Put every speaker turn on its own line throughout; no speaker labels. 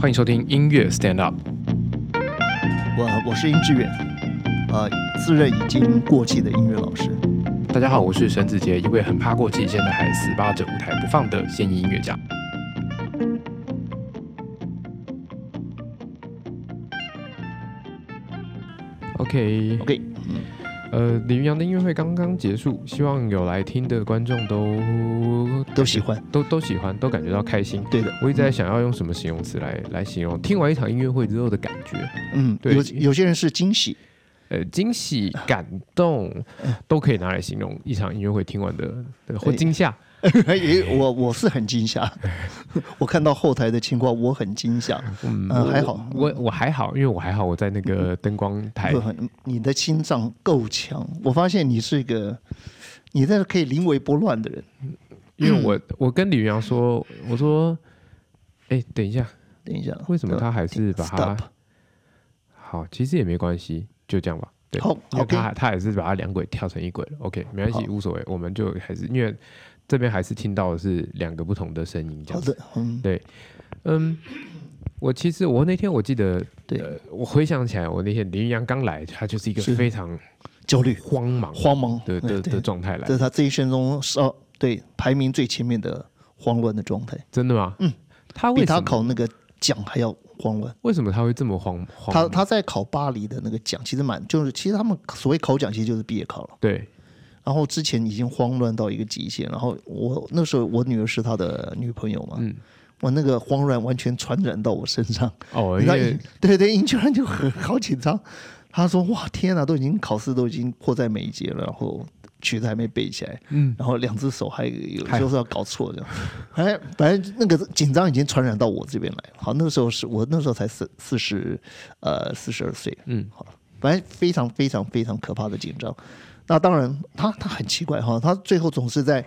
欢迎收听音乐 Stand Up。
我我是殷志远，呃，自认已经过气的音乐老师。
大家好，我是沈子杰，一位很怕过期，现在还死扒着舞台不放的现役音乐家。OK，
OK，嗯，
呃，李云阳的音乐会刚刚结束，希望有来听的观众都
都喜欢，
都都喜欢，都感觉到开心。
对的，
我一直在想要用什么形容词来来形容听完一场音乐会之后的感觉，
嗯，
对
有有些人是惊喜，
呃，惊喜、感动都可以拿来形容一场音乐会听完的，对或
嗯哎
惊吓。
也我我是很惊吓， 我看到后台的情况我很惊吓，
嗯
呃
我
还好嗯
我我还好，因为我还好，我在那个灯光台
不，很，你的心脏够强，我发现你是一个，你那是可以临危不乱的人，
因为我我跟李云阳说，我说，哎，等一下，
等一下，
为什么他还是把它
嗯 stop？
好？其实也没关系，就这样吧。对，
好
因为
，OK，
他他也是把它两轨跳成一轨了，OK，没关系，
好
无所谓，我们就还是因为这边还是听到的是两个不同的声音，这
好
样子。
的，嗯，
嗯，我其实我那天我记得，
对
呃，我回想起来，我那天林云阳刚来，他就是一个
是
非常
焦虑、
慌忙
慌忙，
的
对
的
对
的状态来
这，是他这一生中是哦，对排名最前面的慌乱的状态，
真的吗？
嗯，
他
比
为
他
什么
考那个奖还要慌乱。
为什么他会这么慌慌？
他他在考巴黎的那个奖，其实蛮就是，其实他们所谓考奖其实就是毕业考了。
对
然后之前已经慌乱到一个极限，然后我那时候我女儿是他的女朋友嘛，
嗯
我那个慌乱完全传染到我身上，
哦，因
你知道
为，
对对，英居然就很好紧张。他说：“哇，天哪，都已经考试都已经迫在眉睫了，然后曲子还没背起来，
嗯，哎
然后两只手还有
还
就是要搞错这样，哎，反正那个紧张已经传染到我这边来了。好，那个时候是我那时候才四四十，呃，四十二岁，
嗯，
好，反正非常非常非常可怕的紧张。那当然，他他很奇怪哈，他最后总是在，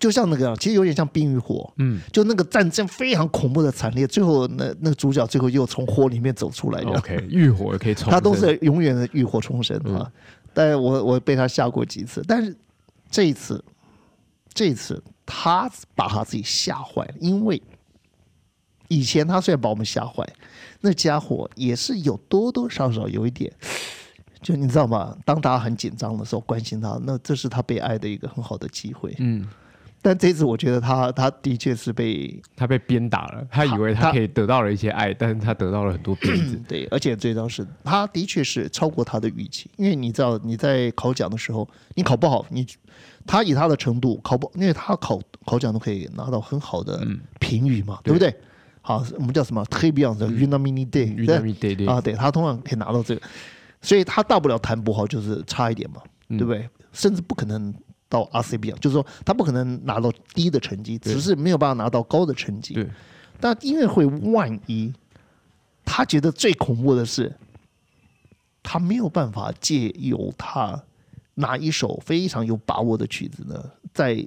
就像那个，其实有点像《冰与火》，
嗯，
就那个战争非常恐怖的惨烈，最后那那个主角最后又从火里面走出来这样。
OK，浴火可以重生，嗯
他都是永远的浴火重生啊。但是我我被他吓过几次，但是这一次，这一次他把他自己吓坏了，因为以前他虽然把我们吓坏，那家伙也是有多多少少有一点。就你知道吗？当大家很紧张的时候，关心他，那这是他被爱的一个很好的机会。
嗯，
但这次我觉得他，他的确是被
他被鞭打了，他以为
他，
他可以得到了一些爱，但是他得到了很多鞭子
对，而且最重要是，他的确是超过他的预期，因为你知道你在考奖的时候，你考不好，你他以他的程度考不，因为他考考奖都可以拿到很好的
嗯
评语嘛，对不对？好，我们叫什么 t r i b u n 的 u n a m i n i d a
遇
y
到
对
一嗯对对，
啊，对他通常可以拿到这个，所以他大不了弹不好就是差一点嘛，
嗯
对不对？甚至不可能到 RCB 啊，就是说他不可能拿到低的成绩，只是没有办法拿到高的成绩。
对，
但音乐会万一他觉得最恐怖的是，他没有办法借由他哪一首非常有把握的曲子呢，在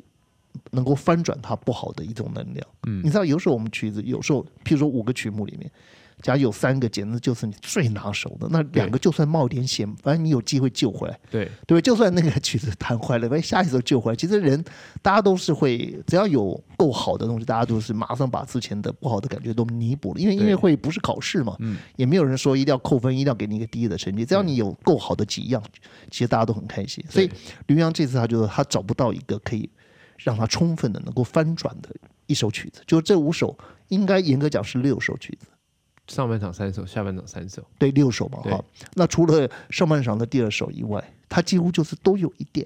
能够翻转他不好的一种能量。嗯，你知道，有时候我们曲子，有时候譬如说五个曲目里面。假如有三个，简直就是你最拿手的。那两个就算冒点险，反正你有机会救回来。
对，
对不对？就算那个 曲子弹坏了，万一下一首救回来，其实人大家都是会，只要有够好的东西，大家都是马上把之前的不好的感觉都弥补了。因为音乐会不是考试嘛，也没有人说一定要扣分，一定要给你一个低的成绩。只要你有够好的几样，其实大家都很开心。所以刘洋这次他就是他找不到一个可以让他充分的能够翻转的一首曲子，就这五首应该严格讲是六首曲子。
上半场三首，下半场三首，
对，六首嘛，
对
哈。那除了上半场的第二首以外，它几乎就是都有一点，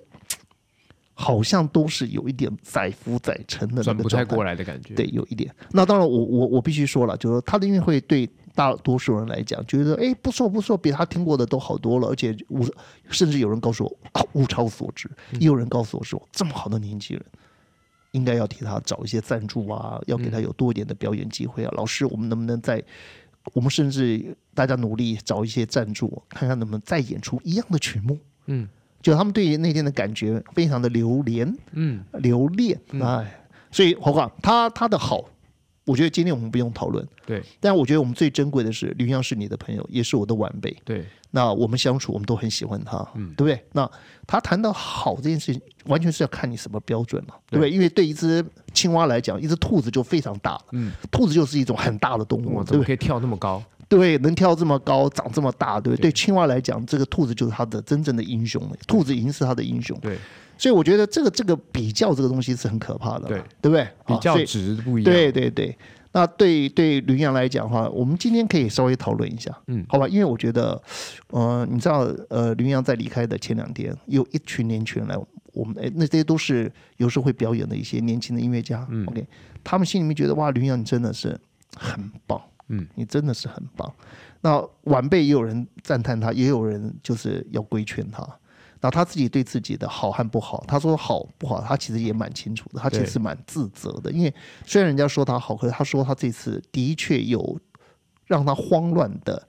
好像都是有一点载浮载沉的那
转
个
不
状
太
态。
过来的感觉，
对，有一点。那当然我，我我必须说了，就是说他的音乐会对大多数人来讲，觉得哎不错不错，比他听过的都好多了，而且物甚至有人告诉我啊物超所值，
嗯
也有人告诉我说这么好的年轻人。应该要替他找一些赞助啊，要给他
嗯
有多一点的表演机会啊。老师，我们能不能再，我们甚至大家努力找一些赞助，看看能不能再演出一样的曲目？
嗯，
就他们对于那天的感觉非常的流连，啊
嗯，
留恋，哎，所以何况他他的好我觉得今天我们不用讨论，
对
但我觉得我们最珍贵的是刘洋是你的朋友，也是我的晚辈。
对，
那我们相处，我们都很喜欢他，
嗯
对不对？那他谈到好这件事情，完全是要看你什么标准嘛，对不对？因为对一只青蛙来讲，一只兔子就非常大了，
嗯
兔子就是一种很大的动物
哇，，
嗯对
怎
不
么
对？
可以跳那么高？
对，能跳这么高，长这么大，对不对？对青蛙来讲，这个兔子就是它的真正的英雄了，兔子已经是它的英雄，
对，
所以我觉得这个这个比较这个东西是很可怕的嘛，
对
对不对？
比
啊
较
所以
值不一样。
对对对，那对对吕阳来讲的话，我们今天可以稍微讨论一下，
嗯
好吧？因为我觉得，呃，你知道，呃，吕阳在离开的前两天，有一群年轻人来，我们哎，那这些都是有时候会表演的一些年轻的音乐家、
嗯
o k 他们心里面觉得哇，吕阳你真的是很棒，
嗯，
你真的是很棒。那晚辈也有人赞叹他，也有人就是要规劝他。那他自己对自己的好和不好，他说好不好，他其实也蛮清楚的，他其
对
实蛮自责的，因为虽然人家说他好，可是他说他这次的确有让他慌乱的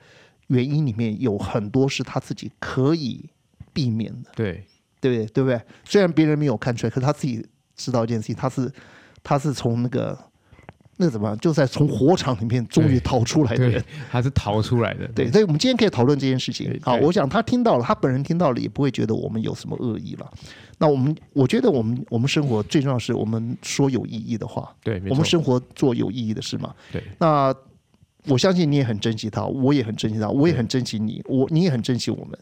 原因，里面有很多是他自己可以避免的，
对
对不对？对不对？虽然别人没有看出来，可是他自己知道一件事情，他是他是从那个那怎么样，就在从火场里面终于
对
逃出来的人
对，，他是逃出来的。
对，所以我们今天可以讨论这件事
对
情。好，
对
我想他听到了，他本人听到了，也不会觉得我们有什么恶意了。那我们，我觉得我们我们生活最重要的是我们说有意义的话，
对，没
我们
错，
生活做有意义的事嘛。
对
那我相信你也很珍惜他，我也很珍惜他，我也很珍惜你，我你也很珍惜我们。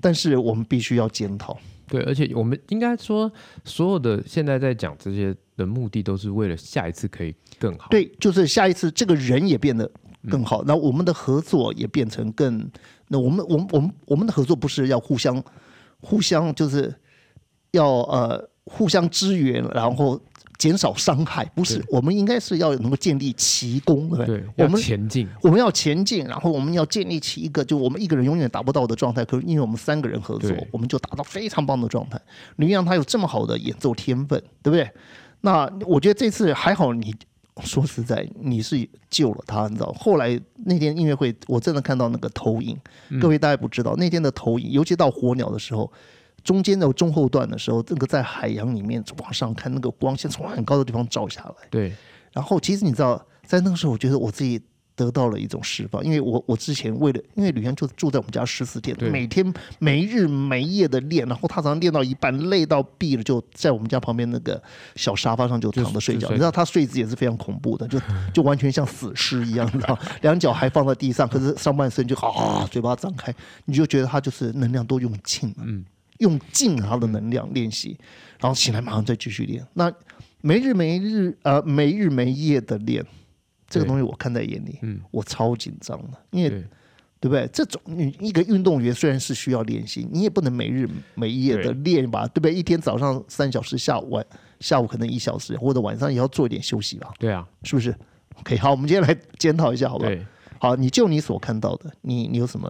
但是我们必须要检讨，
对，而且我们应该说，所有的现在在讲这些的目的，都是为了下一次可以更好。嗯
对，就是下一次这个人也变得更好，那、我们的合作也变成更，那我们我们我们我们的合作不是要互相互相就是要呃互相支援，然后减少伤害，不是
对，
我们应该是要能够建立奇功，对不对？
对，
我
要
们
前进。
我们要前进，然后我们要建立起一个就我们一个人永远达不到的状态，可是因为我们三个人合作
对，
我们就达到非常棒的状态。林阳他有这么好的演奏天分，对不对？那我觉得这次还好你。说实在，你是救了他，你知道。后来那天音乐会，我真的看到那个投影，各位大家不知道，那天的投影，尤其到火鸟的时候，中间的中后段的时候，这个在海洋里面往上看，那个光线从很高的地方照下来。
对
然后其实你知道，在那个时候，我觉得我自己得到了一种释放，因为我我之前为了，因为吕阳就住在我们家十四天，
对
每天没日没夜的练，然后他常常练到一半累到毙了，就在我们家旁边那个小沙发上就躺着睡
就
觉。
睡
你知道他睡姿也是非常恐怖的，就就完全像死尸一样，你知道，两脚还放在地上，可是上半身就 啊嘴巴张开，你就觉得他就是能量都用尽了，嗯，用尽了他的能量练习，然后醒来马上再继续练。那没日没日呃没日没夜的练，这个
对
东西我看在眼里，
嗯，
我超紧张的，因为
对
对不对？这种你一个运动员虽然是需要练习，你也不能每日每夜
对
的练吧，对不对？一天早上三小时，下午晚下午可能一小时，或者晚上也要做一点休息吧，
对啊，
是不是？OK，好，我们今天来检讨一下，好吧？
对。
好，你就你所看到的，你你有什么？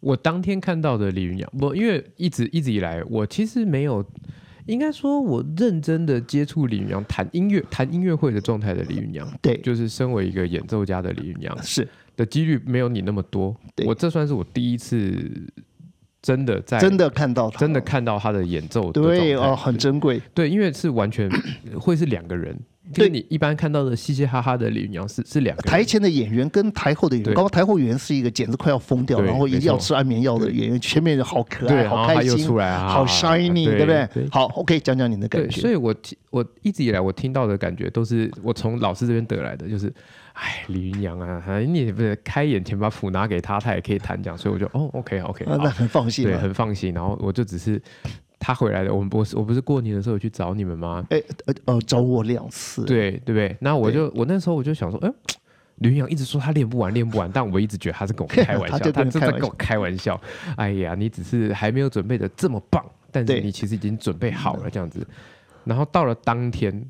我当天看到的李云阳，我因为一直一直以来，我其实没有，应该说，我认真的接触李云阳谈音乐、谈音乐会的状态的李云阳，
对，
就是身为一个演奏家的李云阳
是
的几率没有你那么多
对。
我这算是我第一次真的在
真的看到他，
真的看到他的演奏的
对
状态
哦，很珍贵，
对，因为是完全 会是两个人，
对
对你一般看到的嘻嘻哈哈的李云阳是是两个人
台前的演员跟台后的演员，
对
刚刚台后演员是一个简直快要疯掉，
对
然后一定要
没错
吃安眠药的演员，前面好可
对，
爱，
然后
好
他
开
又
心，
出来啊，
好 shiny，对不对？好，OK，讲讲你的感
对，所
觉。
以我听我一直以来我听到的感觉都是我从老师这边得来的，就是，哎，李云阳啊，哎你也不是开眼前把谱拿给他，他也可以弹讲，所以我就哦，OK OK，
啊，那
好，
很放心
对，
了。
很放心。然后我就只是他回来了，我们不是我不是过年的时候有去找你们吗？
哎，呃呃，找我两次，
对对不对？那我就我那时候我就想说，哎、吕云阳一直说他练不完，练不完，但我一直觉得他是 跟我开玩笑，
他就
他
跟你
正
开
在
玩笑
跟我开玩笑。哎呀，你只是还没有准备的这么棒，但
对嗯
是你其实已经准备好了这样子。然后到了当天，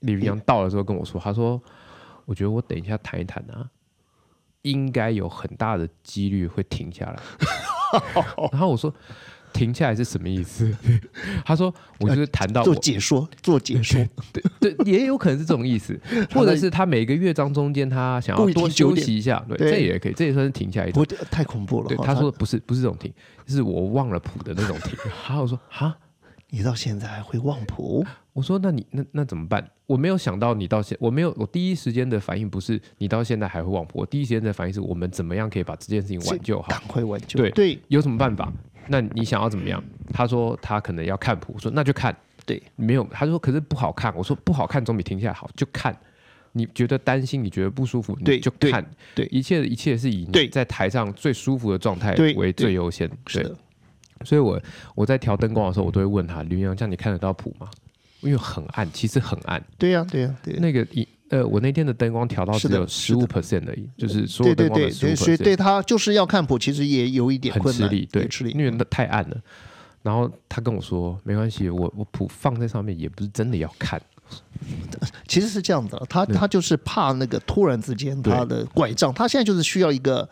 李云阳
嗯
到了之后跟我说，他说：“我觉得我等一下谈一谈啊，应该有很大的几率会停 下来。”然后我说：“停下来是什么意思？” 他说：“我就是谈到我
做解说，做解说，
对，也有可能是这种意 思，或者是他每个乐章中间他想要
故意停
多
九
休
点
息一下，对，
对
这也可以，这也算是停下一
不
种。
过太恐怖了。
对，
哈
他说不是不是这种停， 是我忘了谱的那种停。然后我说啊，
你到现在还会忘谱，
我说那你那那怎么办？我没有想到你到现，我没有我第一时间的反应不是你到现在还会忘我第一时间的反应是我们怎么样可以把这件事情挽救好
赶，快挽救。
对
对
有什么办法？那你想要怎么样？他说他可能要看谱，我说那就看，
对，
没有，他说可是不好看，我说不好看总比停下来好，就看。你觉得担心，你觉得不舒服，
对
你就
对
看。
对
一切一切是以你
对
在台上最舒服的状态
对
为
对
最优先。
是的，
所以我我在调灯光的时候，我都会问他：“吕洋，这样你看得到谱吗？”因为很暗，其实很暗。
对呀、对呀、对、
那个一呃，我那天的灯光调到
是
只
的
有十五 percent 而已，就是所有
对
灯
对
光的
对
十五
对，所以
percent。
对他就是要看谱，其实也有一点
很
困
吃
难，
力，对，
也吃力，嗯
因为那太暗了。然后他跟我说：“没关系，我我谱放在上面也不是真的要看，
其实是这样的，他
对
他就是怕那个突然之间
对
他的拐杖，他现在就是需要一个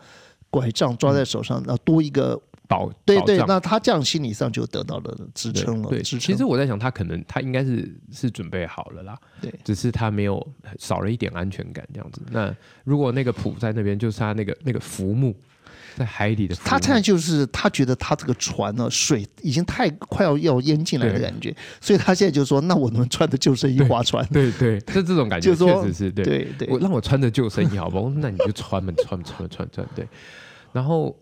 拐杖抓在手
嗯
上，然后多一个
保
对
保
对，
障
那他这样心理上就得到了支
对
撑了，
对，
支
其
撑。
实我在想，他可能他应该是是准备好了啦，
对
只是他没有少了一点安全感这样子。那如果那个谱在那边，就是他那个那个浮木在海底的浮木，
他现在就是他觉得他这个船呢、水已经太快要要淹进来的
对
感觉，所以他现在就说：“那我能穿着救生衣划船
对对，是这种感觉，
就说
确实是？”对。
对对
我让我穿着救生衣好 不好？我说那你就穿嘛，你穿嘛，穿嘛，穿嘛穿嘛。对，然后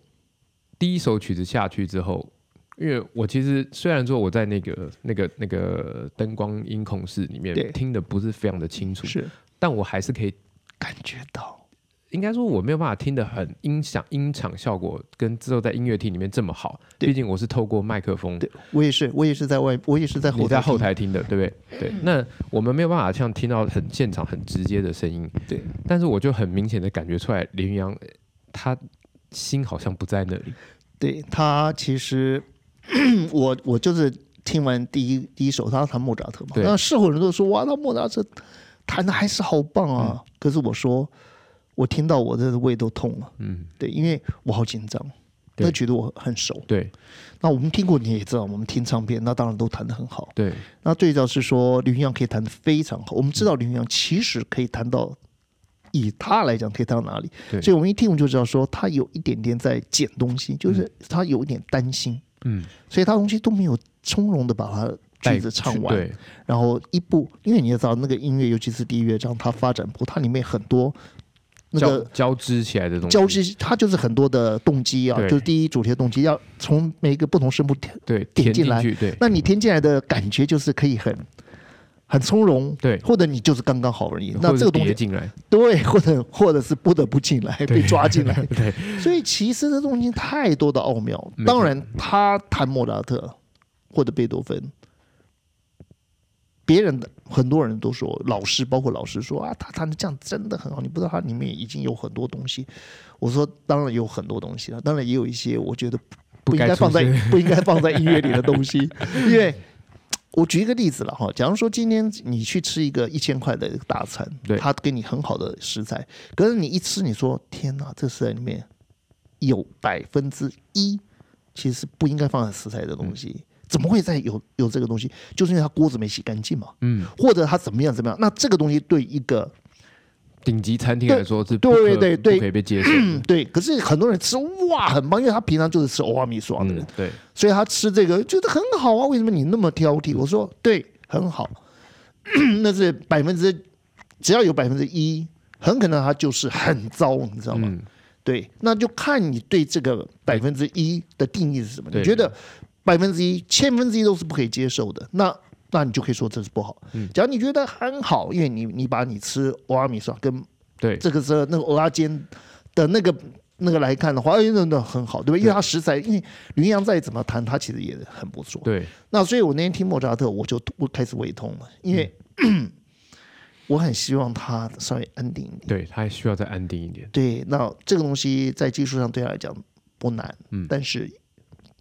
第一首曲子下去之后，因为我其实虽然说我在那个那个那个灯光音控室里
对
面听的不是非常的清楚，
是
但我还是可以，
感觉到
应该说我没有办法听得很音响音场效果跟之后在音乐厅里面这么好，
对
毕竟我是透过麦克风
对我也是，我也是在外，我也是在
你
后
在
台
后
听嗯
台听的，对不对？对，那我们没有办法像听到很现场很直接的声音，
对。
但是我就很明显的感觉出来，林阳呃他心好像不在那里，
对他其实 我我就是听完第一第一首，他弹莫扎特嘛，
对
那事后人都说哇，那莫扎特弹的还是好棒啊。
嗯
可是我说，我听到我的胃都痛了，
嗯，
对，因为我好紧张，
对
那觉得我很熟。
对
那我们听过你也知道，我们听唱片，那当然都弹得很好。
对
那最早是说林阳可以弹得非常好，我们知
嗯
道林阳其实可以弹到。以他来讲，可以弹到哪里？
对，
所以我们一听我们就知道说他有一点点在捡东西，就是他有一点担心。
嗯，
所以他东西都没有从容的把它句子
带
唱
去
完，
对
然后一步，因为你也知道那个音乐，尤其是第一乐章，它发展部它里面很多那
交
个
交织起来的东西，
交织，它就是很多的动机啊，
对
就是第一主题的动机，要从每一个不同声部填，
对填
点进
进
来
去，对
那你填进来的感觉就是可以很很从容。
对，
或者你就是刚刚好而已，
或
那
者
这个东
叠
西
进来，
对，或者或者是不得不进来被抓进来，
对
所以其实这中间太多的奥妙
没。错
当然，他弹莫扎特或者贝多芬，别人的很多人都说，老师包括老师说啊，他弹的这样真的很好。你不知道他里面已经有很多东西。我说，当然有很多东西了，当然也有一些我觉得不应
该
该
出
放在
现
不应该 放在音乐里的东西，因为。我举一个例子了哈，假如说今天你去吃一个一千块的大餐
对，
他给你很好的食材，可是你一吃，你说天哪，这食材里面有百分之一其实是不应该放在食材的东西，
嗯
怎么会在有有这个东西？就是因为它锅子没洗干净嘛，
嗯，
或者它怎么样怎么样。那这个东西对一个
顶级餐厅
对
来说是
对
不可
对
不
对
可以被接 受的，
嗯对，可是很多人吃哇很棒，因为他平常就是吃欧阿米啊爽的人，
嗯，对
所以他吃这个觉得很好啊，为什么你那么挑剔？我说对，很好， 那是百分之只要有百分之一，很可能它就是很糟，你知道吗？
嗯
对，那就看你对这个百分之一的定义是什么。
对
你觉得百分之一、千分之一都是不可以接受的，那那你就可以说这是不好。
嗯
假如你觉得很好，因为你你把你吃欧阿米爽跟
对
这个时候那个蚵仔煎的那个那个来看的话，哎，那那很好，对吧？因为它食材，因为云阳再怎么弹，它其实也很不错。
对
那所以我那天听莫扎特，我就我开始胃痛了，因为、 我很希望他稍微安定一点。
对，他还需要再安定一点，
对，那这个东西在技术上对他来讲不难，
嗯
但是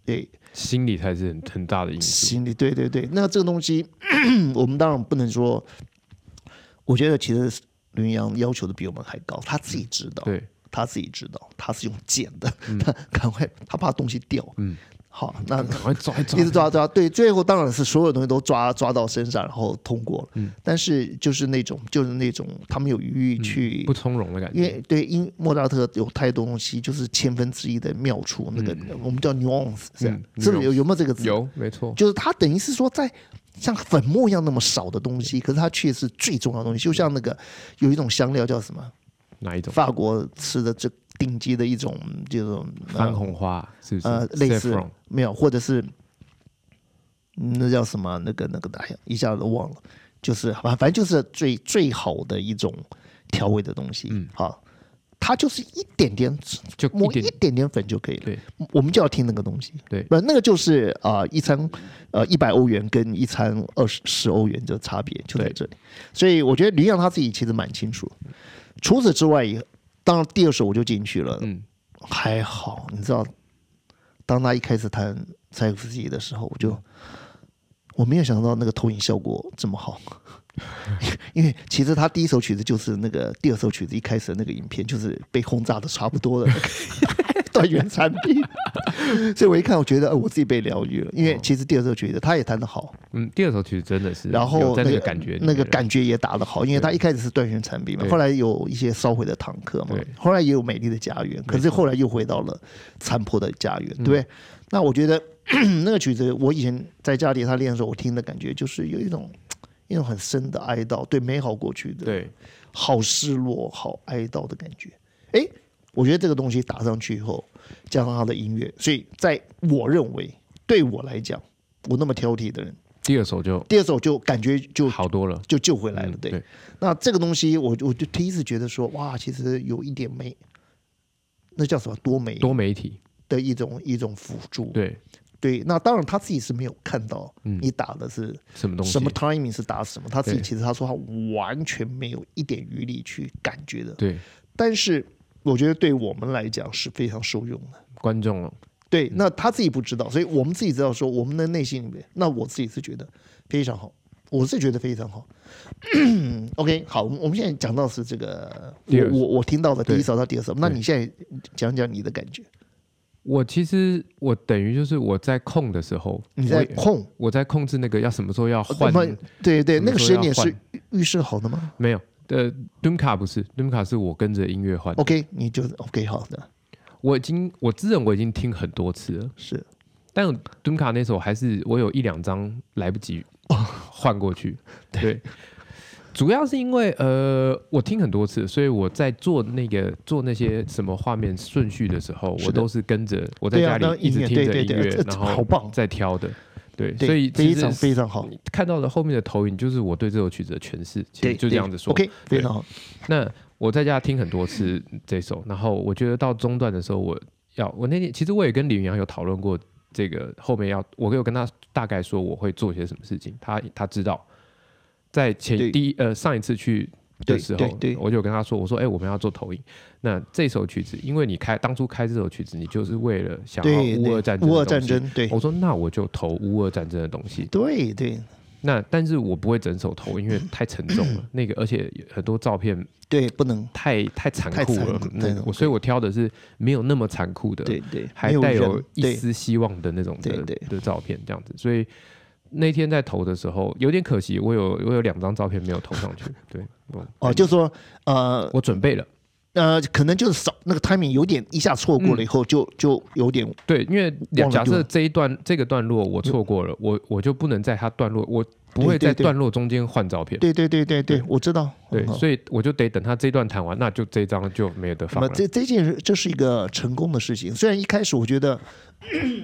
对
心理才是很很大的因素，
心理，对对对，那这个东西 我们当然不能说，我觉得其实云阳要求的比我们还高，他自己知道。
对
他自己知道，他是用剪的， 他赶快，他怕东西掉。
嗯，
好， 那
赶快抓抓
一直抓抓，对，最后当然是所有东西都抓抓到身上，然后通过了。嗯，但是就是那种就是那种他们有余裕去，
嗯不从容的感
因
觉，
为对，因莫扎特有太多东西，就是千分之一的妙处，那个、我们叫 nuance，是吧、
嗯
是不是
nuance
有有没有这个字？
有没错，
就是他等于是说在像粉末一样那么少的东西，可是它却是最重要的东西。就像那个有一种香料叫什么，
哪一种？
法国吃的这顶级的一种这种
番红花是不是？
呃类似
Saffron
没有，或者是嗯那叫什么那个那个哎呀，一下子忘了，就是反反正就是最最好的一种调味的东西。嗯，好，它就是一点点
就
抹
一
一
点
点点粉就可以了。
对，
我们就要听那个东西。
对
不，那个就是啊、呃一餐呃一百欧元跟一餐二十十欧元的差别就在
对
这里。所以我觉得吕洋他自己其实蛮清楚。除此之外，当然第二首我就进去了，
嗯，
还好，你知道，当他一开始弹柴可夫斯基的时候，我就我没有想到那个投影效果这么好， 因为其实他第一首曲子就是那个第二首曲子一开始的那个影片就是被轰炸的差不多了， 断垣残壁，所以我一看，我觉得、呃、我自己被疗愈了，因为其实第二首曲子他也弹得好，
哦嗯，第二首曲真的是，
然后
在
那
那
个
个感觉里面，
那个感觉也打得好，因为他一开始是断垣残壁嘛，
对
后来有一些烧毁的坦克嘛
对，
后来也有美丽的家园，可是后来又回到了残破的家园，对不对？
嗯
那我觉得 那个曲子，我以前在家里他练的时候，我听的感觉就是有一种一种很深的哀悼，对美好过去的，
对，
好失落、好哀悼的感觉。诶，我觉得这个东西打上去以后，加上他的音乐，所以在我认为，对我来讲，我那么挑剔的人，
第二首就
第二首就感觉就
好多了，
就救回来了。
嗯
对，
对
那这个东西我，我就第一次觉得说，哇，其实有一点美，那叫什么多美
多媒体，
的一种一种辅助。
对，
对那当然他自己是没有看到
嗯
你打的是
什么东西？
什么 timing 是打什么，他自己
对
其实他说他完全没有一点余力去感觉的。
对，
但是我觉得对我们来讲是非常受用的。
观众了，
对，那他自己不知道，所以我们自己知道说我们的内心里面，那我自己是觉得非常好，我是觉得非常好。OK，好，我们我们现在讲到是这个，
第
我
二
我我听到的第一
对
首到第二首，那你现在讲讲你的感觉，
我其实我等于就是我在空的时候，
你在
我也
控
我在控制那个要什么时候要换，
我们对对，
什么
那个时
时
间
候
点
要
是预预设好的吗
没有，呃，蹲卡不是蹲卡是我跟着音乐换的，
？OK，你就 OK 好的，
我已经我自认我已经听很多次了，
是
但蹲卡那首还是我有一两张来不及
哦
换过 去，对。主要是因为呃，我听很多次，所以我在做那个做那些什么画面顺序的时候，
是的
我都是跟着我在
对啊
家，
那
里一
音
直
乐
听
对
着
对
音乐，
对，这
然
好
后
棒，
再挑的，对，
对
所以其
非
实
常非常好，
看到的后面的投影，就是我对这首曲子的诠释，其
对，
实就这样子说。
，OK，非
对
常好，
那我在家听很多次这首，然后我觉得到中段的时候，我要我那天其实我也跟李云阳有讨论过这个后面要，我有跟他大概说我会做些什么事情，他他知道，在
对
前第一呃上一次去的时候
对对对，
我就有跟他说，我说哎、我们要做投影，那这首曲子，因为你开当初开这首曲子，你就是为了想要
对，
乌
对
俄战争，
乌俄战，争，对
我说那我就投乌俄战争的东西，
对对
那但是我不会整首投，因为太沉重了。那个而且很多照片
对，不能。
太太残
太
酷
残
了
酷，
那
太
个
残酷
我所以我挑的是没有那么残酷的，
对对，
还
没
带
人
有一
对
丝希望的那种的
对对
的照片这样子。所以那天在投的时候有点可惜，我有我有两张照片没有投上去。对， 我
哦，就是说呃
我准备了，
呃，可能就是少那个 timing 有点一下错
嗯
过了，以后、就就有点
对，因为
忘了
假
丢
设
了
这一段这个段落我错过了，我我就不能在它段落，我不会
对对
在
对
段落中间换照片。
对对对对对
对，
我知道。
对，
嗯
所以我就得等他这一段弹完，那就这一张就没有得
那
放
么
了。
这这件事这是一个成功的事情，虽然一开始我觉得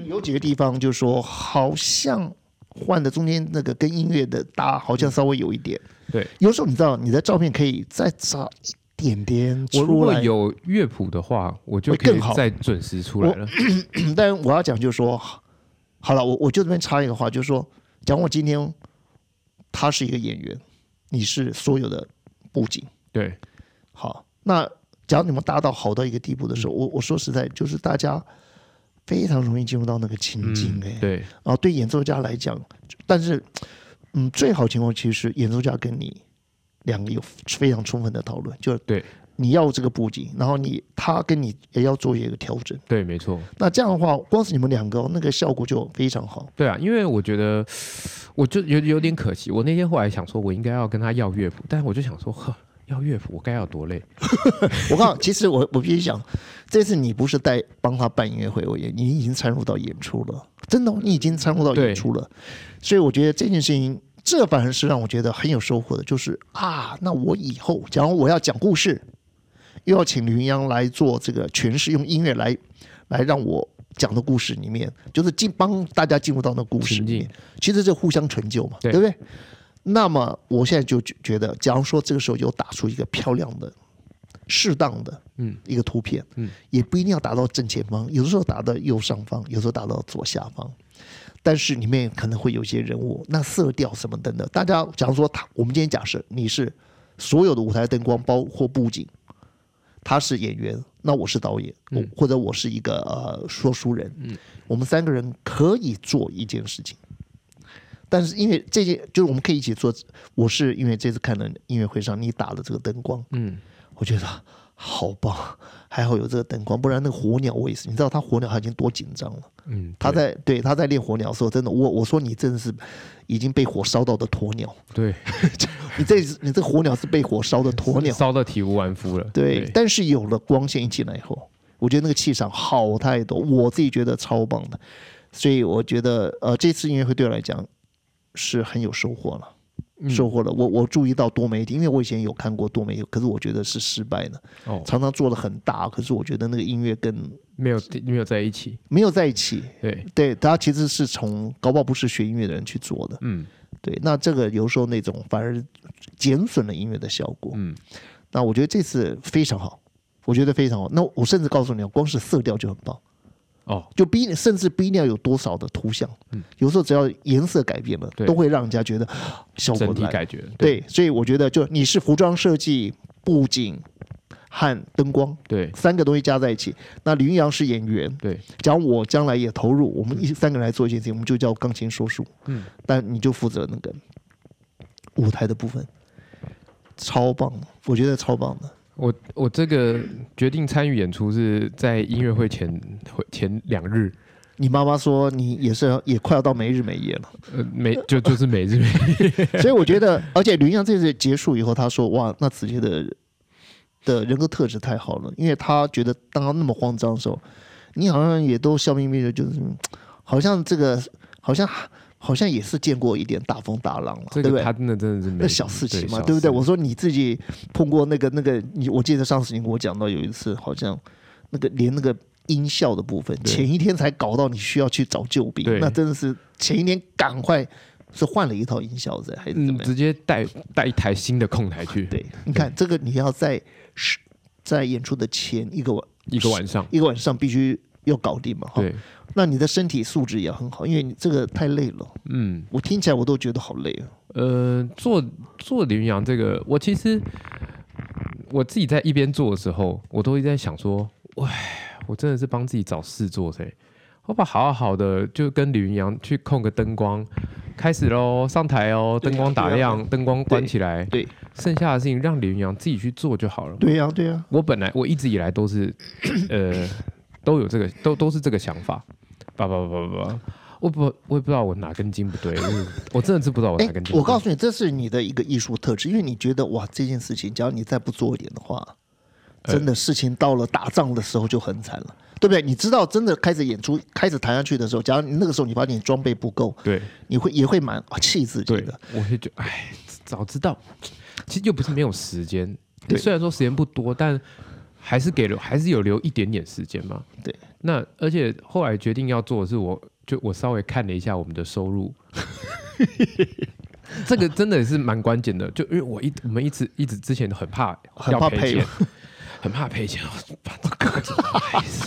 有几个地方就是说好像换的中间那个跟音乐的搭好像稍微有一点，
嗯对，
有时候你知道你的照片可以再找一点点
我如
出
果
来，
有乐谱的话，我就
会
可以
更好
再准时出来了。
但我要讲就是说，好了，我我就这边插一个话，就是说，讲我今天他是一个演员，你是所有的布景，
对，
好，那假如你们达到好到一个地步的
嗯
时候，我我说实在，就是大家非常容易进入到那个情境哎、
嗯，对，
啊，对演奏家来讲，但是嗯，最好情况其实演奏家跟你两个有非常充分的讨论，就是
对
你要这个布景，然后你他跟你也要做一个调整。
对，没错，
那这样的话，光是你们两个哦那个效果就非常好。
对啊，因为我觉得，我就有有点可惜。我那天后来想说，我应该要跟他要乐谱，但我就想说，呵，要乐谱我该要多累？
我告诉你，其实我我必须讲，这次你不是在帮他办音乐会，我也你已经参入到演出了，真的哦、你已经参悟到
对
演出了。所以我觉得这件事情，这反而是让我觉得很有收获的，就是啊，那我以后假如我要讲故事，又要请云阳来做这个诠释，用音乐来来让我讲的故事里面，就是进帮大家进入到那故事
情
里面
境。
其实这互相成就嘛，
对
对不对？那么我现在就觉觉得，假如说这个时候有打出一个漂亮的、适当的，
嗯，
一个图片，
嗯，
也不一定要打到正前方，有的时候打到右上方，有时候打到左下方。但是里面可能会有一些人物，那色调什么等等，大家假如说他，我们今天假设你是所有的舞台灯光，包括布景，他是演员，那我是导演，我或者我是一个呃说书人，嗯，我们三个人可以做一件事情，但是因为这件就是我们可以一起做，我是因为这次看了音乐会上你打了这个灯光，
嗯，
我觉得好棒，还好有这个灯光，不然那个火鸟我也是，你知道他火鸟他已经多紧张了。
嗯，
他在对他在练火鸟的时候，真的，我我说你真的是已经被火烧到的鸵鸟，
对，
你这你这火鸟是被火烧的鸵鸟，
烧到体无完肤了。
对。但是有了光线一进来以后，我觉得那个气场好太多，我自己觉得超棒的，所以我觉得呃，这次音乐会对我来讲是很有收获了。收获了，我我注意到多媒体，因为我以前有看过多媒体，可是我觉得是失败的，
哦，
常常做的很大，可是我觉得那个音乐跟
没有没有在一起。
没有在一起，
对，
对，他其实是从搞不好不是学音乐的人去做的，
嗯
对，那这个有时候那种反而减损了音乐的效果。
嗯，
那我觉得这次非常好，我觉得非常好。那我甚至告诉你，光是色调就很棒，
哦，
就不一定甚至不一定要有多少的图像，嗯、有时候只要颜色改变了，
对
都会让人家觉得效果
整体
来了。
感觉。
对，所以我觉得就你是服装设计、布景和灯光
对
三个东西加在一起。那李云阳是演员，
对，
假如我将来也投入，我们一三个人来做一件事情，我们就叫钢琴说书。
嗯，
但你就负责那个舞台的部分，超棒的，我觉得超棒的。
我我这个决定参与演出是在音乐会前会前两日，
你妈妈说你也是也快要到没日没夜了，
呃，每就就是每 日每
所以我觉得，而且吕云阳这次结束以后，他说：“哇，那子杰的的人格特质太好了，因为他觉得当他那么慌张的时候，你好像也都笑眯眯的，就是嗯好像这个好像好像也是见过一点大风大浪了，
这
对不
个
对？
他真的真的是没
那小事情嘛，
小
对不对？
事
我说你自己碰过那个那个，你我记得上次你跟我讲到有一次，好像那个连那个音效的部分，
对
前一天才搞到，你需要去找救兵
对，
那真的是前一天赶快是换了一套音效在还是怎
嗯
么，样？
直接带带一台新的控台去，
对，你看这个你要在是在演出的前一个晚
一个晚上，
一个晚上必须要搞定嘛，哈。
对，
那你的身体素质也很好，因为你这个太累了，
嗯，
我听起来我都觉得好累啊。
呃，做做李云阳这个，我其实我自己在一边做的时候，我都一直在想说，唉，我真的是帮自己找事做噻。我把好好的就跟李云阳去控个灯光，开始喽，上台哦，
对啊
灯光打
对啊
亮，灯光关起来，
对，
剩下的事情让李云阳自己去做就好了。
对呀、对呀、
我本来我一直以来都 是，呃，都有这个，都都是这个想法。不不不不不，我不我也不知道我哪根筋不对，我我真的是不知道我
哎
哪根筋不对。
我告诉你，这是你的一个艺术特质，因为你觉得哇，这件事情，只要你再不做一点的话，
呃
真的事情到了打仗的时候就很惨了，对不对？你知道，真的开始演出、开始弹下去的时候，假如你那个时候你发现你装备不够，
对
你会也会蛮啊气自己
对
的。，
我会觉得哎，早知道，其实又不是没有时间，
对
虽然说时间不多，但还是给了，还是有留一点点时间嘛。
对，
那而且后来决定要做的是我，就我稍微看了一下我们的收入。 这个真的是蛮关键的，就因为我一我们一直一直之前都很怕
很
要
怕
赔
赔
钱， 很怕赔钱，我说把这个怎么还是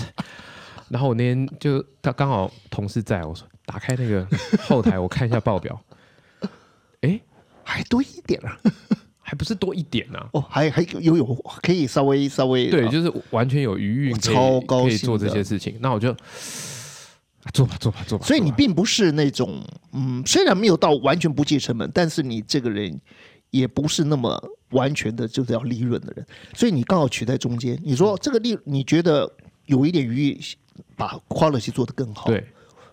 然后我那天就他刚好同事在，我说打开那个后台，我看一下报表，哎，
还多一点啊！
还不是多一点啊呢、
哦，还还有有可以稍微稍微
对，
啊
就是完全有余裕
我
可以
超高兴
可以做这
的
些事情。那我就、啊做吧，做吧，做吧。
所以
做
你
吧
并不是那种嗯，虽然没有到完全不计成本，但是你这个人也不是那么完全的就是要利润的人，所以你刚好取在中间。你
嗯
说这个利，你觉得有一点余裕，把 quality 做得更好，，
对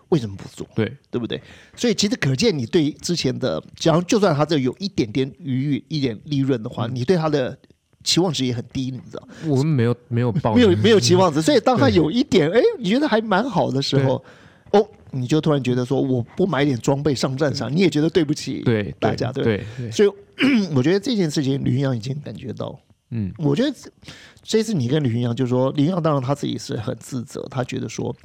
为什么不做？
对
对不对？所以其实可见你对之前的，假如就算他这有一点点余裕、一点利润的
嗯
话，你对他的期望值也很低，你知道吗。
我们没有没有报
没有
名
没有期望值，所以当他有一点哎，你觉得还蛮好的时候，哦，你就突然觉得说，我不买点装备上战场，你也觉得对不起
对
大家，
对
对吧
对对
所以 我觉得这件事情，吕云阳已经感觉到。
嗯，
我觉得这这次你跟吕云阳，就是说，吕云阳当然他自己是很自责，他觉得说，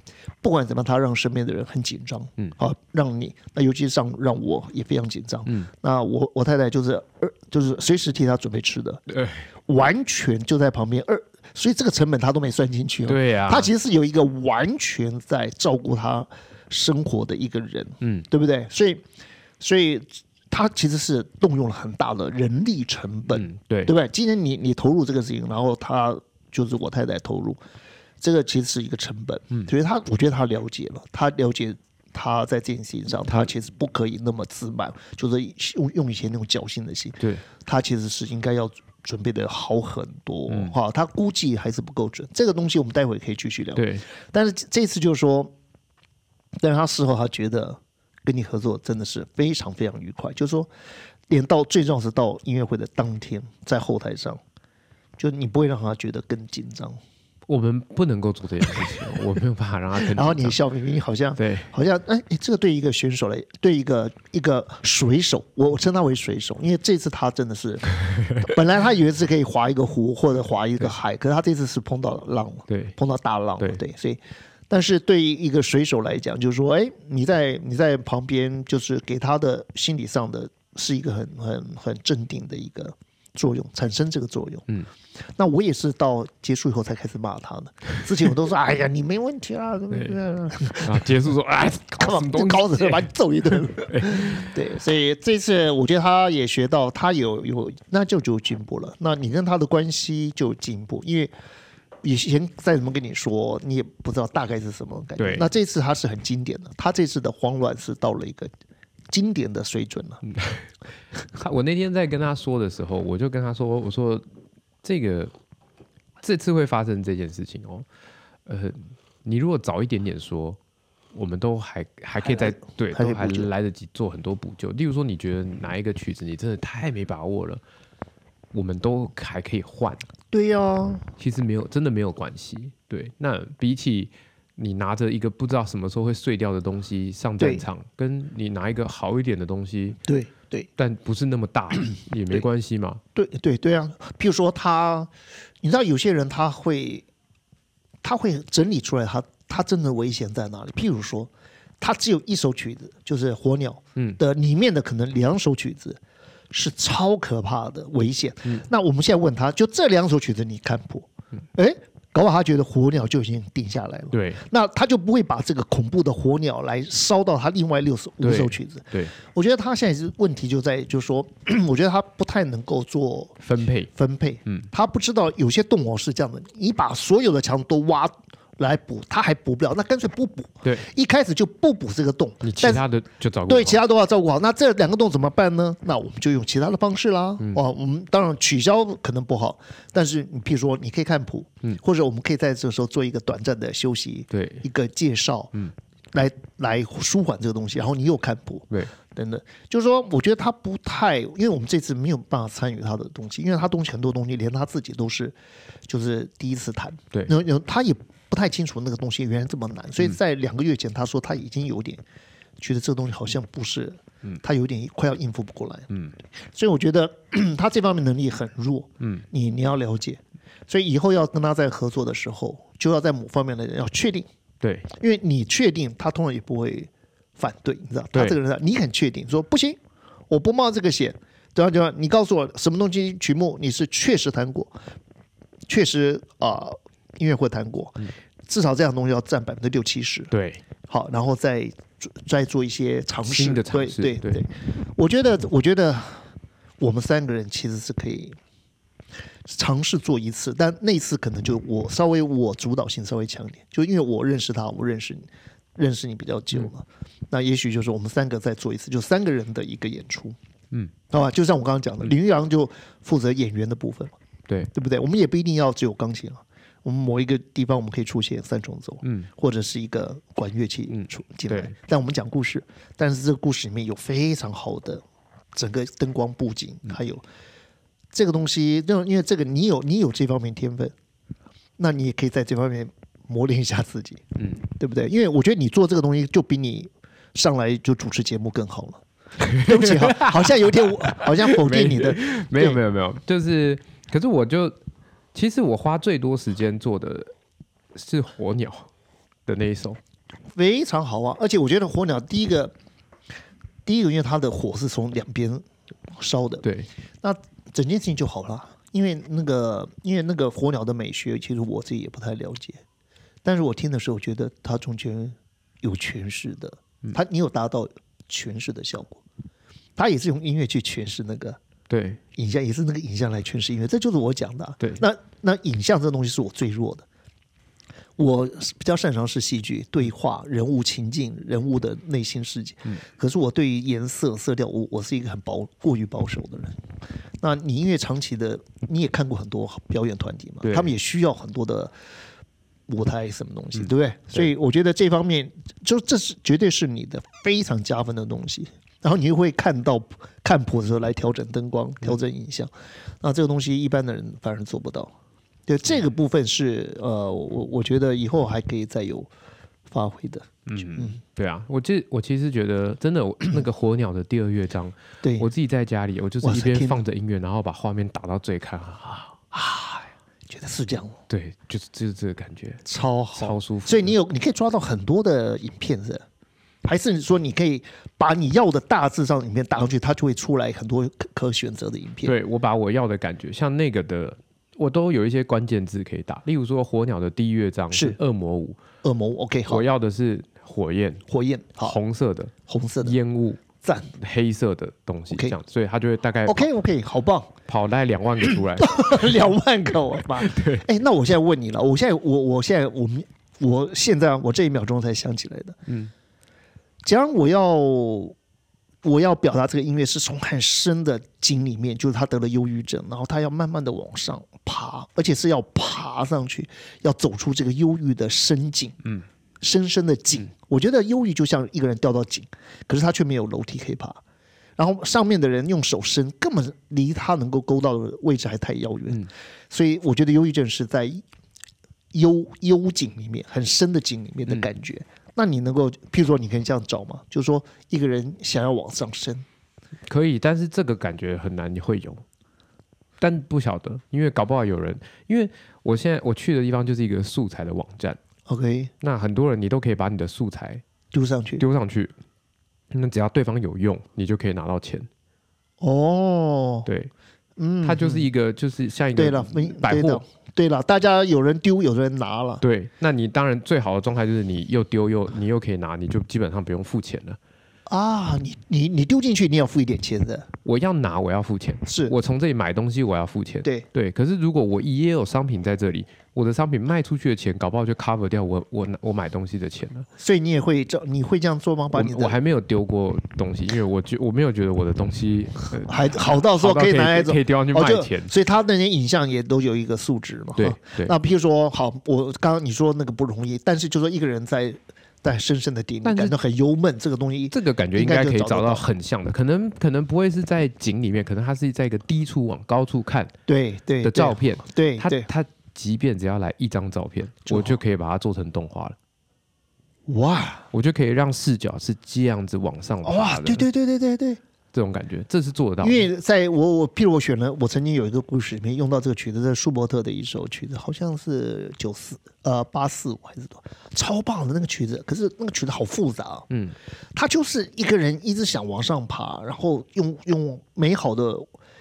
不管怎么样，他让身边的人很紧张，
嗯
啊，让你，那尤其是让让我也非常紧张，
嗯，
那我我太太就是二，就是随时替他准备吃的，
对，
完全就在旁边二，所以这个成本他都没算进去、哦，
对啊呀、
他其实是有一个完全在照顾他生活的一个人，
嗯，
对不对？所以，所以他其实是动用了很大的人力成本，
嗯对
对不对？今天你你投入这个事情，然后他就是我太太投入，这个其实是一个成本，嗯，所以他我觉得他了解了，他了解。他在这件事情
嗯
上，他其实不可以那么自满，就是用用以前那种侥幸的心，
对
他其实是应该要准备的好很多哈、他估计还是不够准。这个东西我们待会可以继续聊。
对
但是这这次就是说，但是他事后他觉得跟你合作真的是非常非常愉快，就是说，连到最重要是到音乐会的当天，在后台上，就你不会让他觉得更紧张，
我们不能够做这件事情，我没有办法让他跟。
然后你笑眯眯，好像
对
好像哎，哎这个对一个选手来，对一个一个水手，我我称他为水手，因为这次他真 的是，本来他以为是可以划一个湖或者划一个海，可是他这次是碰到浪了，
对
碰到大浪了，
对
对，所以。但是对于一个水手来讲，就是说，哎，你在你在旁边，就是给他的心理上的是一个很很很镇定的一个作用，产生这个作用。
嗯，
那我也是到结束以后才开始骂他的，之前我都说， 哎呀，你没问题啊，怎么怎么样啊
然后结束说哎，搞什
搞死
么东西？
搞死，把你揍一顿。 对，所以这次我觉得他也学到，他有有那就就进步了。那你跟他的关系就进步，因为以前再怎么跟你说，你也不知道大概是什么感觉
对。
那这次他是很经典的，他这次的慌乱是到了一个经典的水准了。
他我那天在跟他说的时候，我就跟他说，我说这个这次会发生这件事情哦，呃，你如果早一点点说，我们都还还可以再
还
对，
还可
都
以
还
补救
来得及做很多补救。例如说，你觉得哪一个曲子你真的太没把握了，我们都还可以换，
对呀、
其实没有真的没有关系。对，那比起。你拿着一个不知道什么时候会碎掉的东西上
对
战场，跟你拿一个好一点的东西，
对对。
但不是那么 大也没
对
关系嘛。
对对对啊，譬如说他，你知道有些人他会，他会整理出来他他真的危险在哪里。譬如说，他只有一首曲子，就是《火鸟》
嗯
的里面的可能两首曲子是超可怕的危险。
嗯
那我们现在问他，就这两首曲子你看破，哎，搞不好他觉得《火鸟》就已经定下来了。
对
那他就不会把这个恐怖的火鸟来烧到他另外六首五
对
首曲子。
对，
我觉得他现在是问题就在，就是说， 我觉得他不太能够做
分配，
分配，
嗯，
他不知道有些动物是这样的，你把所有的墙都挖来补，他还补不了，那干脆不补，
对
一开始就不补这个洞
你，其
但是
他啊的就照顾
对
好
其他都要照顾好，那这两个洞怎么办呢？那我们就用其他的方式啦，哦，我们当然取消可能不好，但是你譬如说你可以看谱，嗯，或者我们可以在这个时候做一个短暂的休息，
对
一个介绍，嗯，来来舒缓这个东西，然后你又看谱，
对
等等，就是说，我觉得他不太，因为我们这次没有办法参与他的东西，因为他东西很多东西，连他自己都是就是第一次谈，
对
然后然后他也不太清楚那个东西原来这么难，所以在两个月前他说他已经有点觉得这个东西好像不是，他有点快要应付不过来，
嗯，
所以我觉得嗯他这方面能力很弱，嗯，你你要了解，所以以后要跟他在合作的时候，就要在某方面的人要确定。
对
因为你确定他通常也不会反对，你知道，
对
他这个人啊你很确定说不行，我不冒这个险，对吧？对吧？你告诉我什么东西曲目你是确实弹过，确实啊、呃音乐会弹过，
嗯
至少这样东西要占百分之六七十，
对
好，然后再做再做一些尝试，
新的尝试
对
对
对对，我觉得我觉得我们三个人其实是可以尝试做一次，但那次可能就我稍微我主导性稍微强一点，就因为我认识他，我认识你，认识你比较久嘛，那也许就是我们三个再做一次，就三个人的一个演出，
嗯，
好吧，就像我刚刚讲的，林玉阳就负责演员的部分嘛，
对
对不对？我们也不一定要只有钢琴啊，我们某一个地方我们可以出现三重奏，啊
嗯，
或者是一个管乐器出进来。
对
但我们讲故事，但是这个故事里面有非常好的整个灯光布景，
嗯
还有这个东西，因为因为这个你有你有这方面天分，那你也可以在这方面磨练一下自己，
嗯，
对不对？因为我觉得你做这个东西，就比你上来就主持节目更好了。对不起啊，好像有点我，好像否定你的，
没有
对
没有没有，就是，可是我就其实我花最多时间做的是《火鸟》的那一首，
非常好啊。而且我觉得火鸟第一个，第一个因为它的火是从两边烧的，
对，
整件事情就好了。因为那个，因为那个火鸟的美学，其实我自己也不太了解，但是我听的时候，我觉得它中间有诠释的，它你有达到诠释的效果，它也是用音乐去诠释那个
对，
影像也是那个影像来诠释音乐，这就是我讲的啊、
对
那那影像这个东西是我最弱的，我比较擅长是戏剧、对话、人物情境、人物的内心世界。可是我对于颜色、色调，我我是一个很保过于保守的人。那你因为长期的，你也看过很多表演团体嘛
对，
他们也需要很多的舞台什么东西，对嗯不对？所以我觉得这方面，就这是绝对是你的非常加分的东西。然后你又会看到看谱的时候来调整灯光、调整影像，那这个东西一般的人反而做不到。对这个部分是呃，我我觉得以后还可以再有发挥的。
嗯，对啊，我其实我其实觉得真 的，我那个《火鸟》的第二乐章，
对，
我自己在家里，我就是
哇
一
塞
边
天哪
放着音乐，然后把画面打到最看啊，
觉得是这样，
对，就是就是这个感觉，
超好。
超舒服。
所以你有你可以抓到很多的影片是，还是说你可以把你要的大致上影片打上去，它就会出来很多可可选择的影片。
对我把我要的感觉，像那个的，我都有一些关键字可以打，例如说《火鸟》的第一乐章
是
恶魔舞，
恶魔屋 OK 好
我，要的是火焰，
火焰好，
红色的
红色的
烟雾，
赞
黑色的东西，这
OK
样，所以他就会大概
OK OK 好棒。
跑大概两万个出 来。
两万个，我妈！ 对，哎、那我现在问你了，我现在我我现在我们我现在我这一秒钟才想起来的，嗯，假如我要我要表达这个音乐是从很深的井里面，就是他得了忧郁症，然后他要慢慢的往上爬，而且是要爬上去，要走出这个忧郁的深井，嗯，深深的井。我觉得忧郁就像一个人掉到井，可是他却没有楼梯可以爬。然后上面的人用手伸，根本离他能够勾到的位置还太遥远，
嗯
所以我觉得忧郁症是在幽幽井里面很深的井里面的感觉。
嗯
那你能够，譬如说，你可以这样找吗？就是说，一个人想要往上
嗯
升，
可以，但是这个感觉很难会有，但不晓得，因为搞不好有人，因为我现在我去的地方就是一个素材的网站，
，OK，
那很多人你都可以把你的素材
丢上去。
丢上去，那只要对方有用，你就可以拿到钱。
哦，
对，
嗯，
它就是一个就是像一
对
个
了，没
百
对
货
的，，对了，大家有人丢，有人拿了。
对，那你当然最好的状态就是你又丢又你又可以拿，你就基本上不用付钱了。
啊，你你你丢进去，你要付一点钱的，
我要拿，我要付钱。
是
我从这里买东西，我要付钱。
对
对，可是如果我也有商品在这里，我的商品卖出去的钱，搞不好就 cover 掉我我我买东西的钱了。
所以你也会这，你会这样做吗？把你
我我
的
还没有丢过东西，因为我觉我没有觉得我的东西、呃、
还好到 说
好到
可以拿来走
可，以丢上去
哦，
卖
就
钱。
所以他那些影像也都有一个素质嘛。
对
哈
对
那譬如说，好，我刚刚你说那个不容易，但是就说一个人在在深深的底里
但是
感到很忧闷，这个东西
这个感觉应该可以找到很像的，可能可能不会是在井里面，可能它是在一个低处往高处看
对哎对
的照，片，
对
它
对，
它即便只要来一张照片，
就
我
好
就可以把它做成动画了，
哇
我就可以让视角是这样子往上爬
哇，
的，
对对对对对对，
这种感觉，这是做得到的。
因为在我我譬如我选了，我曾经有一个故事里面用到这个曲子，在舒伯特的一首曲子，好像是九四呃八四五还是多，超棒的那个曲子，可是那个曲子好复杂、哦，
嗯，
他就是一个人一直想往上爬，然后用用美好的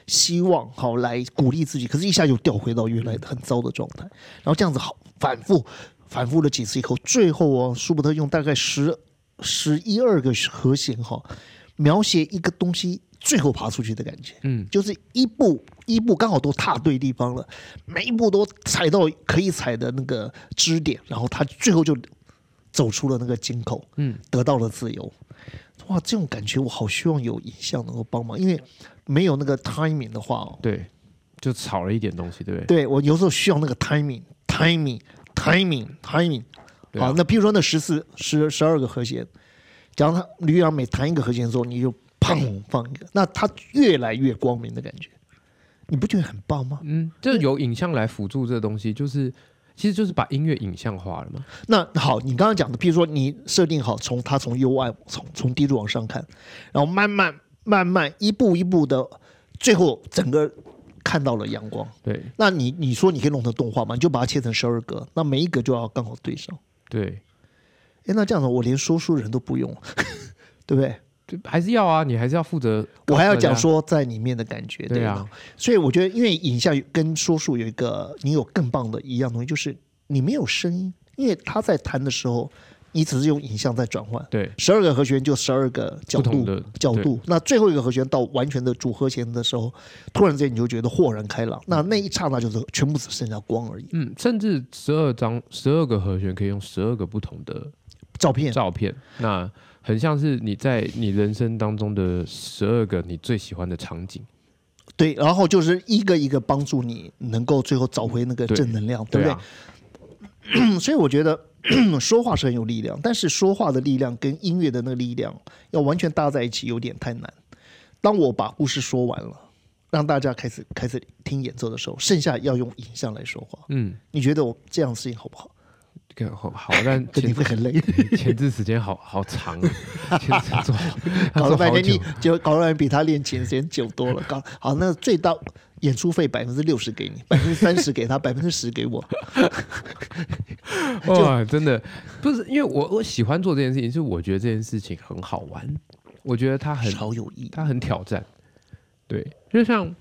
希望好来鼓励自己，可是一下又掉回到原来很糟的状态，然后这样子好反复反复了几次以后，最后哦，舒伯特用大概十十一二个和弦哈、描写一个东西最后爬出去的感觉，
嗯，
就是一步一步刚好都踏对地方了，每一步都踩到可以踩的那个支点，然后他最后就走出了那个井口，
嗯，
得到了自由。哇，这种感觉我好希望有影像能够帮忙，因为没有那个 timing 的话哦，
对，就少了一点东西，对不对？
对我有时候需要那个 timing，timing，timing，timing timing, timing
对啊
好，那譬如说那十四、十十二个和弦，假如他吕阳每弹一个和弦的时候，你就砰放一个，那它越来越光明的感觉，你不觉得很棒吗？
嗯，就有影像来辅助这东西，就是其实就是把音乐影像化了嘛。
那好，你刚刚讲的，譬如说你设定好从它从右外从从低处往上看，然后慢慢慢慢一步一步的，最后整个看到了阳光。
对
那你你说你可以弄成动画嘛？你就把它切成十二格，那每一格就要刚好对上。
对，
哎，那这样子我连说书人都不用， 对不对？
就还是要啊，你还是要负责告诉大家。
我还要讲说在里面的感觉，
对
吧
啊，
所以我觉得，因为影像跟说书有一个你有更棒的一样东西，就是你没有声音，因为他在弹的时候，你只是用影像在转换。
对
十二个和弦就十二个角
不同
度
的
角度，那最后一个和弦到完全的主和弦的时候，突然之间你就觉得豁然开朗。那那一刹那就是全部只剩下光而已。
嗯，甚至十二张十二个和弦可以用十二个不同的
照片
照片，那很像是你在你人生当中的十二个你最喜欢的场景。
对，然后就是一个一个帮助你能够最后找回那个
对
正能量，
对
对不对
啊？，
嗯所以我觉得 说话是很有力量，但是说话的力量跟音乐的那个力量要完全搭在一起，有点太难。当我把故事说完了，让大家开始开始听演奏的时候，剩下要用影像来说话。
嗯，
你觉得我这样的事情好不好？
这个啊好好， 但
肯定
前
会很累，
前 置时间好好长哦， 前置做要
搞
做
了半
好
天
久
你。就搞了半天比他练琴时间久多了。搞好，那最大演出费百分之六十给你，百分之三十给他，百分之十给我。
哇，真的不是因为我我喜欢做这件事情，是我觉得这件事情很好玩，我觉得它 很
超有意义。
它很挑战。对，就像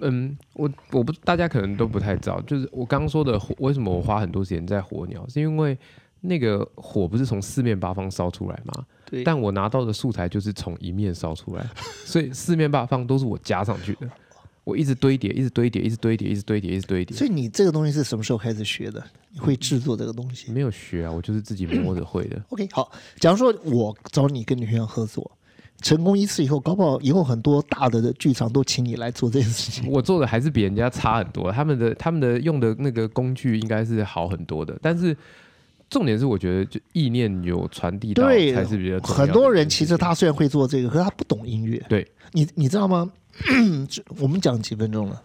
嗯，我我不大家可能都不太知道，就是我刚刚说的火，为什么我花很多时间在火鸟，是因为那个火不是从四面八方烧出来吗？
对，
但我拿到的素材就是从一面烧出来， 所以四面八方都是我加上去的。我一直堆叠，一直堆叠，一直堆叠，一直堆叠，一直堆叠。
所以你这个东西是什么时候开始学的？你会制作这个东西？
没有学啊，我就是自己摸着会的。
OK，好，假如说我找你跟女朋友合作，成功一次以后，搞不好以后很多大的剧场都请你来做这件事情。
我做的还是比人家差很多，他们的他们的用的那个工具应该是好很多的，但是重点是我觉得就意念有传递到
对
才是比 较重要的一件事情。
很多人其实他虽然会做这个，可是他不懂音乐。
对，
你你知道吗？这我们讲几分钟了。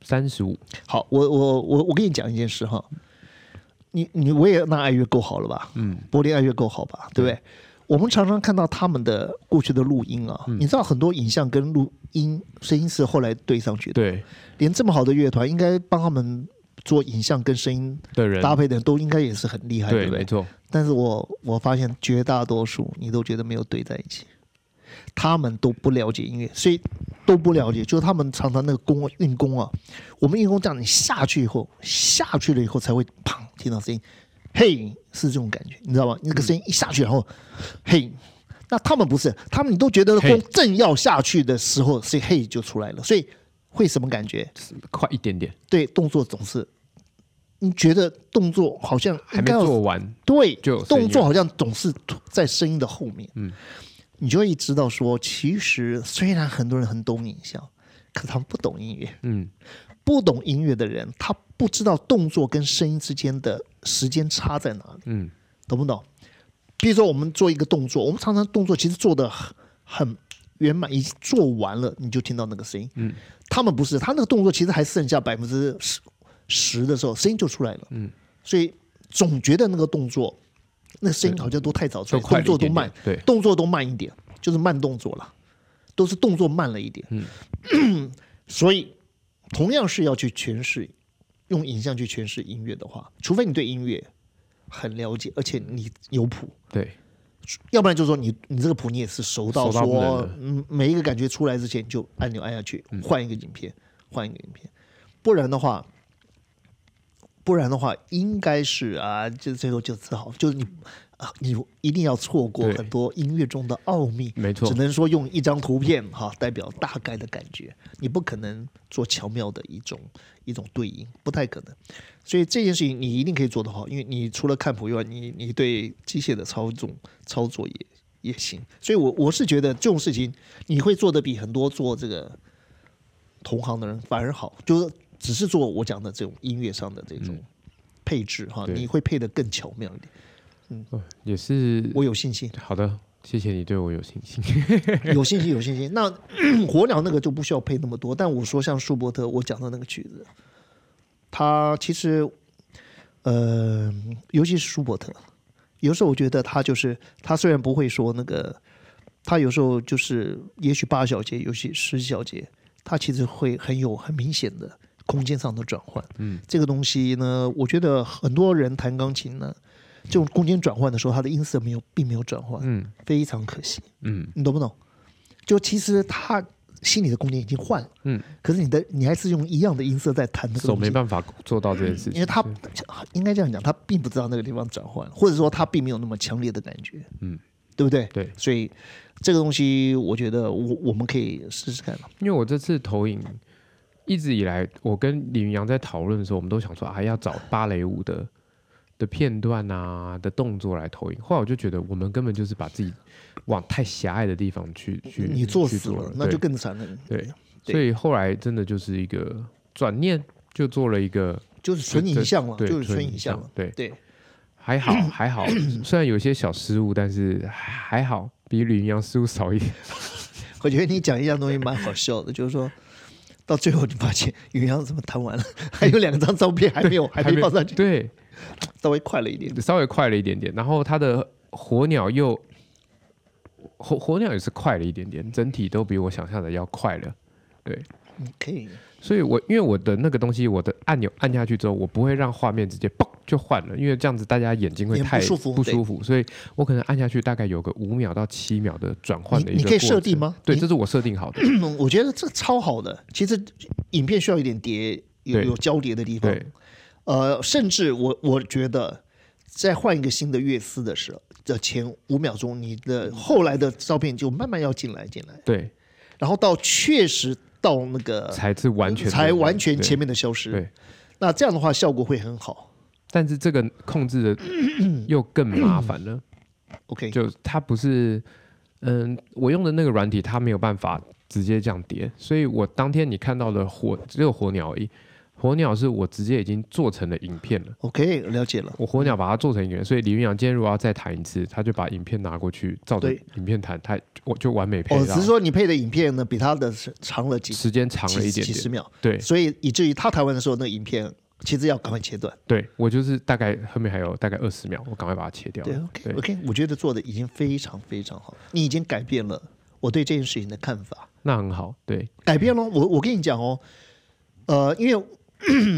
三十五，
好，我我我我跟你讲一件事哈，你你我也那爱乐够好了吧？
嗯，
柏林爱乐够好吧？对不对？我们常常看到他们的过去的录音啊，
嗯
你知道很多影像跟录音声音是后来对上去的。
对
连这么好的乐团，应该帮他们做影像跟声音
的人
搭配的人都应该也是很厉害，对
对，
不
没
对？
错，
但是我我发现绝大多数你都觉得没有对在一起，他们都不了解音乐，所以都不了解，就是他们常常那个弓啊运弓啊，我们运弓这样你下去以后，下去了以后才会砰听到声音，嘿是这种感觉，你知道吗？那个声音一下去，然后嘿。嗯那他们不是，他们你都觉得
嘿
弓正要下去的时候，所以嘿就出来了，所以会什么感觉？
快一点点，
对动作总是，你觉得动作好像
还
应
没
该要
做完，
对，
就有声音
动作好像总是在声音的后面，嗯，你就会知道说，其实虽然很多人很懂影像，可他们不懂音乐，
嗯，
不懂音乐的人，他不知道动作跟声音之间的时间差在哪里，
嗯，
懂不懂？比如说我们做一个动作，我们常常动作其实做的很很圆满，已经做完了，你就听到那个声音，嗯，他们不是，他那个动作其实还剩下百分之十十的时候，声音就出来了，嗯，所以总觉得那个动作。那个声音好像都太早出
就
来，
快
动
了
作
一
都
点
慢
点，，对，
动作都慢一点，就是慢动作了，都是动作慢了一点。嗯， 所以同样是要去诠释，用影像去诠释音乐的话，除非你对音乐很了解，而且你有谱，
对，
要不然就是说你你这个谱你也是熟到
熟到不能
说
了，嗯
嗯，每一个感觉出来之前你就按钮按下去，换一个影片，换一个影片，不然的话。不然的话，应该是啊，就最后就只好就是你啊，你一定要错过
对
很多音乐中的奥秘，
没错
只，能说用一张图片哈代表大概的感觉，你不可能做巧妙的一种一种对应，不太可能。所以这件事情你一定可以做得好，因为你除了看谱以外，你你对机械的操纵操作也也行。所以我我是觉得这种事情你会做得比很多做这个同行的人反而好，就是只是做我讲的这种音乐上的这种配置哈，
嗯对
你会配得更巧妙一点。
哦也是
嗯我有信心。
好的，谢谢你对我有信心。
有信心，有信心。那 火鸟那个就不需要配那么多，但我说像舒伯特，我讲的那个曲子，它其实呃，尤其是舒伯特，有时候我觉得他就是他虽然不会说那个，他有时候就是也许八小节，有些十小节，他其实会很有很明显的空间上的转换。嗯，这个东西呢，我觉得很多人弹钢琴呢，这种空间转换的时候，他的音色没有并没有转换，
嗯
非常可惜。
嗯
你懂不懂？就其实他心里的空间已经换了，
嗯，
可是你的你还是用一样的音色在弹那个
手
东
没
西，
办法做到这件事情，
因为他应该这样讲，他并不知道那个地方转换，或者说他并没有那么强烈的感觉，
嗯，
对不对？
对，
所以这个东西，我觉得我我们可以试试看嘛。
因为我这次投影一直以来，我跟李云阳在讨论的时候，我们都想说啊，要找芭蕾舞的的片段啊的动作来投影。后来我就觉得，我们根本就是把自己往太狭隘的地方去去
你作
去
死了
了，，
那
对
就更惨了。
对，
对
所以后来真的就是一个转念，就做了一个
就是纯
这
影像了，
对
就是纯
影
影像了。
对
对，
还好 还好，虽然有些小失误，但是还好比李云阳失误少一点。
我觉得你讲一样东西蛮好笑的，就是说到最后你发现云阳怎么弹完了，还有两张照片还没有还没放上去，
对，
稍微快了一点。
稍微快了一点点，然后它的火鸟又火火鸟也是快了一点点，整体都比我想象的要快了。
可以，
所以我因为我的那个东西，我的按钮按下去之后，我不会让画面直接嘣就换了，因为这样子大家眼睛会
眼不
太
舒服
不舒服，所以我可能按下去大概有个五秒到七秒的转换的一
你
个
你可以
过程
设定吗
对，
你
这是我设定好的。
嗯我觉得这超好的。其实影片需要一点叠，有
对
有交叠的地方
对。，
呃，甚至我我觉得，在换一个新的乐思的时候的前五秒钟，你的后来的照片就慢慢要进来进来，
对，
然后到确实到那个
才是完全的
呃才完全
对
前面的消失。
对，
那这样的话效果会很好。
但是这个控制 的又更麻烦了。
OK，
就它不是，嗯，我用的那个软体它没有办法直接这样叠，所以我当天你看到的火只有火鸟而已。火鸟是我直接已经做成了影片
嗯
了，
OK，了解了。
我火鸟把它做成影片，所以李云阳今天如果要再弹一次，他就把影片拿过去照着
对
影片弹，他我就完美配
哦，
到。
只是说你配的影片呢比他的是长了几
时间长了一
几
点
几十
点，
秒，
对
所以以至于他台湾的时候，那个影片其实要赶快切断。
对，我就是大概后面还有大概二十秒，我赶快把它切掉
对
了。
，OK
对，
OK，我觉得做的已经非常非常好，你已经改变了我对这件事情的看法，
那很好，对，
改变了。我我跟你讲哦，呃，因为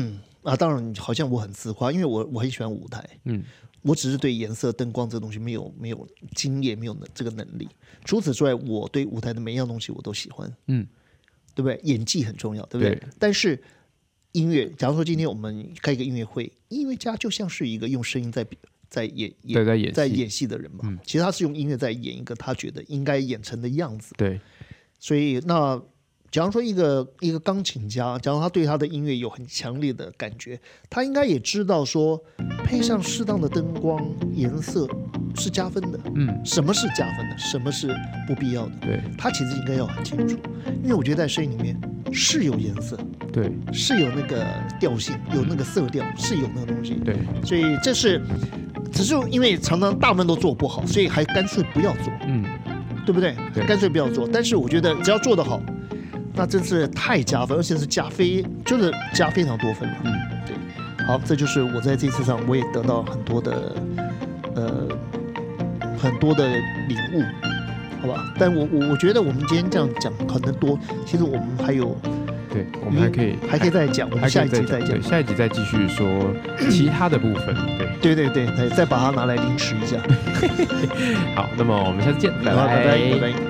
啊，当然好像我很自夸，因为我我很喜欢舞台，
嗯，
我只是对颜色、灯光这东西没有没有经验，没有能这个能力。除此之外，我对舞台的每一样东西我都喜欢，
嗯，
对不对？演技很重要，对不对？
对
但是音乐，假如说今天我们开一个音乐会，音乐家就像是一个用声音在在演
对，
演
在演戏，嗯
在演戏的人嘛，其实他是用音乐在演一个他觉得应该演成的样子。
对
所以那，假如说一个一个钢琴家，假如他对他的音乐有很强烈的感觉，他应该也知道说，配上适当的灯光、颜色是加分的。
嗯，
什么是加分的，什么是不必要的，
对
他其实应该要很清楚。因为我觉得在声音里面是有颜色，
对
是有那个调性，有那个色调，是有那个东西。
对，
所以这是，只是因为常常大部分都做不好，所以还干脆不要做，
嗯，
对不对？
对
干脆不要做。但是我觉得只要做得好，那真是太加分，而且是加非，就是加非常多分了。
嗯，
对。好，这就是我在这次上我也得到很多的，呃，很多的领悟，好吧？但我我我觉得我们今天这样讲可能多，其实我们还有，
对，我们还可以
还可以再讲，我们
还可
下
以
一集
再
再
讲，
讲
对，。下一集再继续说其他的部分。对，
对对对，再再把它拿来凌迟一下。
好，那么我们下次见，拜
好拜拜
拜
拜拜